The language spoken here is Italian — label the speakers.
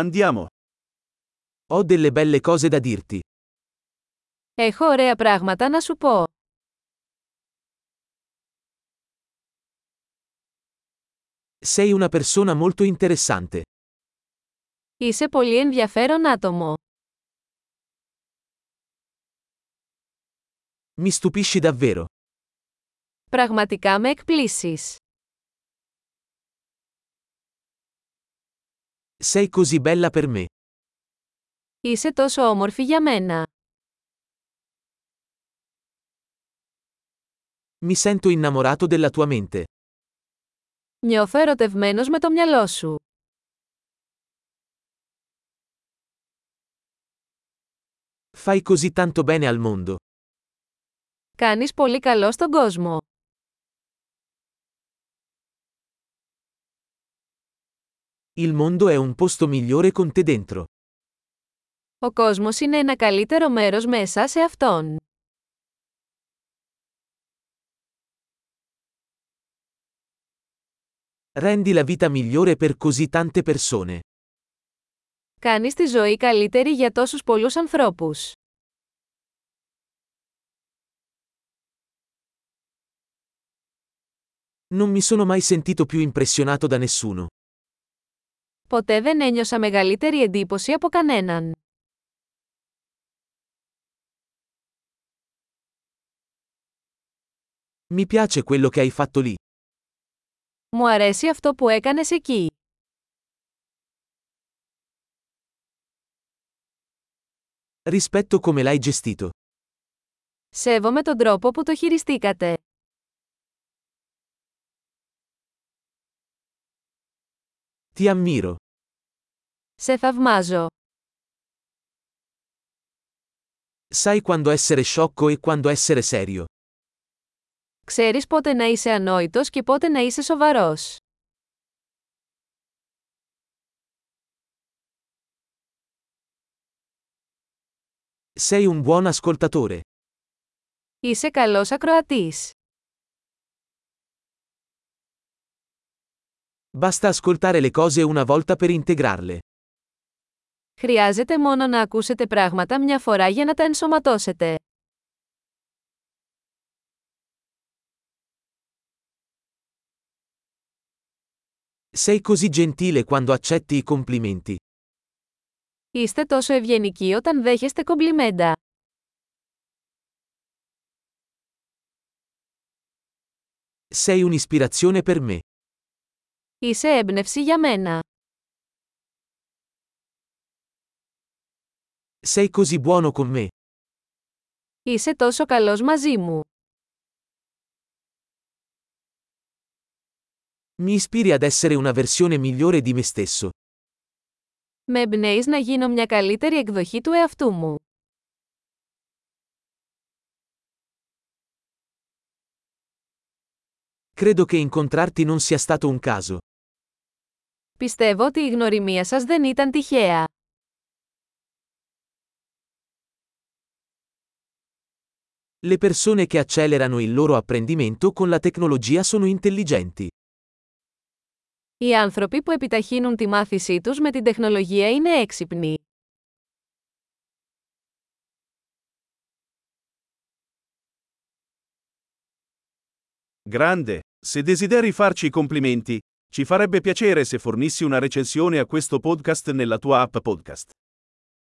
Speaker 1: Andiamo. Ho delle belle cose da dirti.
Speaker 2: Έχω ωραία πράγματα να σου πω.
Speaker 1: Sei una persona molto interessante.
Speaker 2: Είσαι πολύ ενδιαφέρον άτομο.
Speaker 1: Mi stupisci davvero.
Speaker 2: Πραγματικά με εκπλήσεις.
Speaker 1: Sei così bella per me.
Speaker 2: Είσαι τόσο όμορφη για μένα.
Speaker 1: Mi sento innamorato della tua mente.
Speaker 2: Νιώθω ερωτευμένος με το μυαλό σου.
Speaker 1: Fai così tanto bene al mondo.
Speaker 2: Κάνεις πολύ καλό στον κόσμο.
Speaker 1: Il mondo è un posto migliore con te dentro.
Speaker 2: Ο κόσμος είναι ένα καλύτερο μέρος με εσά σε αυτόν.
Speaker 1: Rendi la vita migliore per così tante persone.
Speaker 2: Κάνεις τη ζωή καλύτερη για τόσους πολλούς ανθρώπους.
Speaker 1: Non mi sono mai sentito più impressionato da nessuno.
Speaker 2: Ποτέ δεν ένιωσα μεγαλύτερη εντύπωση από κανέναν.
Speaker 1: Mi piace quello che hai fatto lì.
Speaker 2: Μου αρέσει αυτό που έκανες εκεί.
Speaker 1: Rispetto come l'hai gestito.
Speaker 2: Σέβομαι τον τρόπο που το χειριστήκατε.
Speaker 1: Ti ammiro.
Speaker 2: Σε θαυμάζω.
Speaker 1: Sai quando essere sciocco e quando essere serio.
Speaker 2: Ξέρεις πότε να είσαι ανόητος και πότε να είσαι σοβαρός.
Speaker 1: Sei un buon ascoltatore.
Speaker 2: Είσαι καλός ακροατής.
Speaker 1: Basta ascoltare le cose una volta per integrarle.
Speaker 2: Χρειάζεται μόνο να ακούσετε πράγματα μια φορά για να τα ενσωματώσετε.
Speaker 1: Sei così gentile quando accetti i complimenti.
Speaker 2: Είστε τόσο ευγενικοί όταν δέχεστε κομπλιμέντα.
Speaker 1: Sei un'ispirazione per me.
Speaker 2: Είσαι έμπνευση για μένα.
Speaker 1: Sei così buono con me.
Speaker 2: Είσαι τόσο καλός μαζί μου.
Speaker 1: Mi ispiri ad essere una versione migliore di me stesso.
Speaker 2: Με εμπνέεις να γίνω μια καλύτερη εκδοχή του εαυτού μου.
Speaker 1: Credo che incontrarti non sia stato un caso.
Speaker 2: Πιστεύω ότι η γνωριμία σας δεν ήταν τυχαία.
Speaker 1: Le persone che accelerano il loro apprendimento con la tecnologia sono intelligenti.
Speaker 2: Οι άνθρωποι που επιταχύνουν τη μάθησή τους με την τεχνολογία είναι έξυπνοι.
Speaker 3: Grande, se desideri farci i complimenti, ci farebbe piacere se fornissi una recensione a questo podcast nella tua app podcast.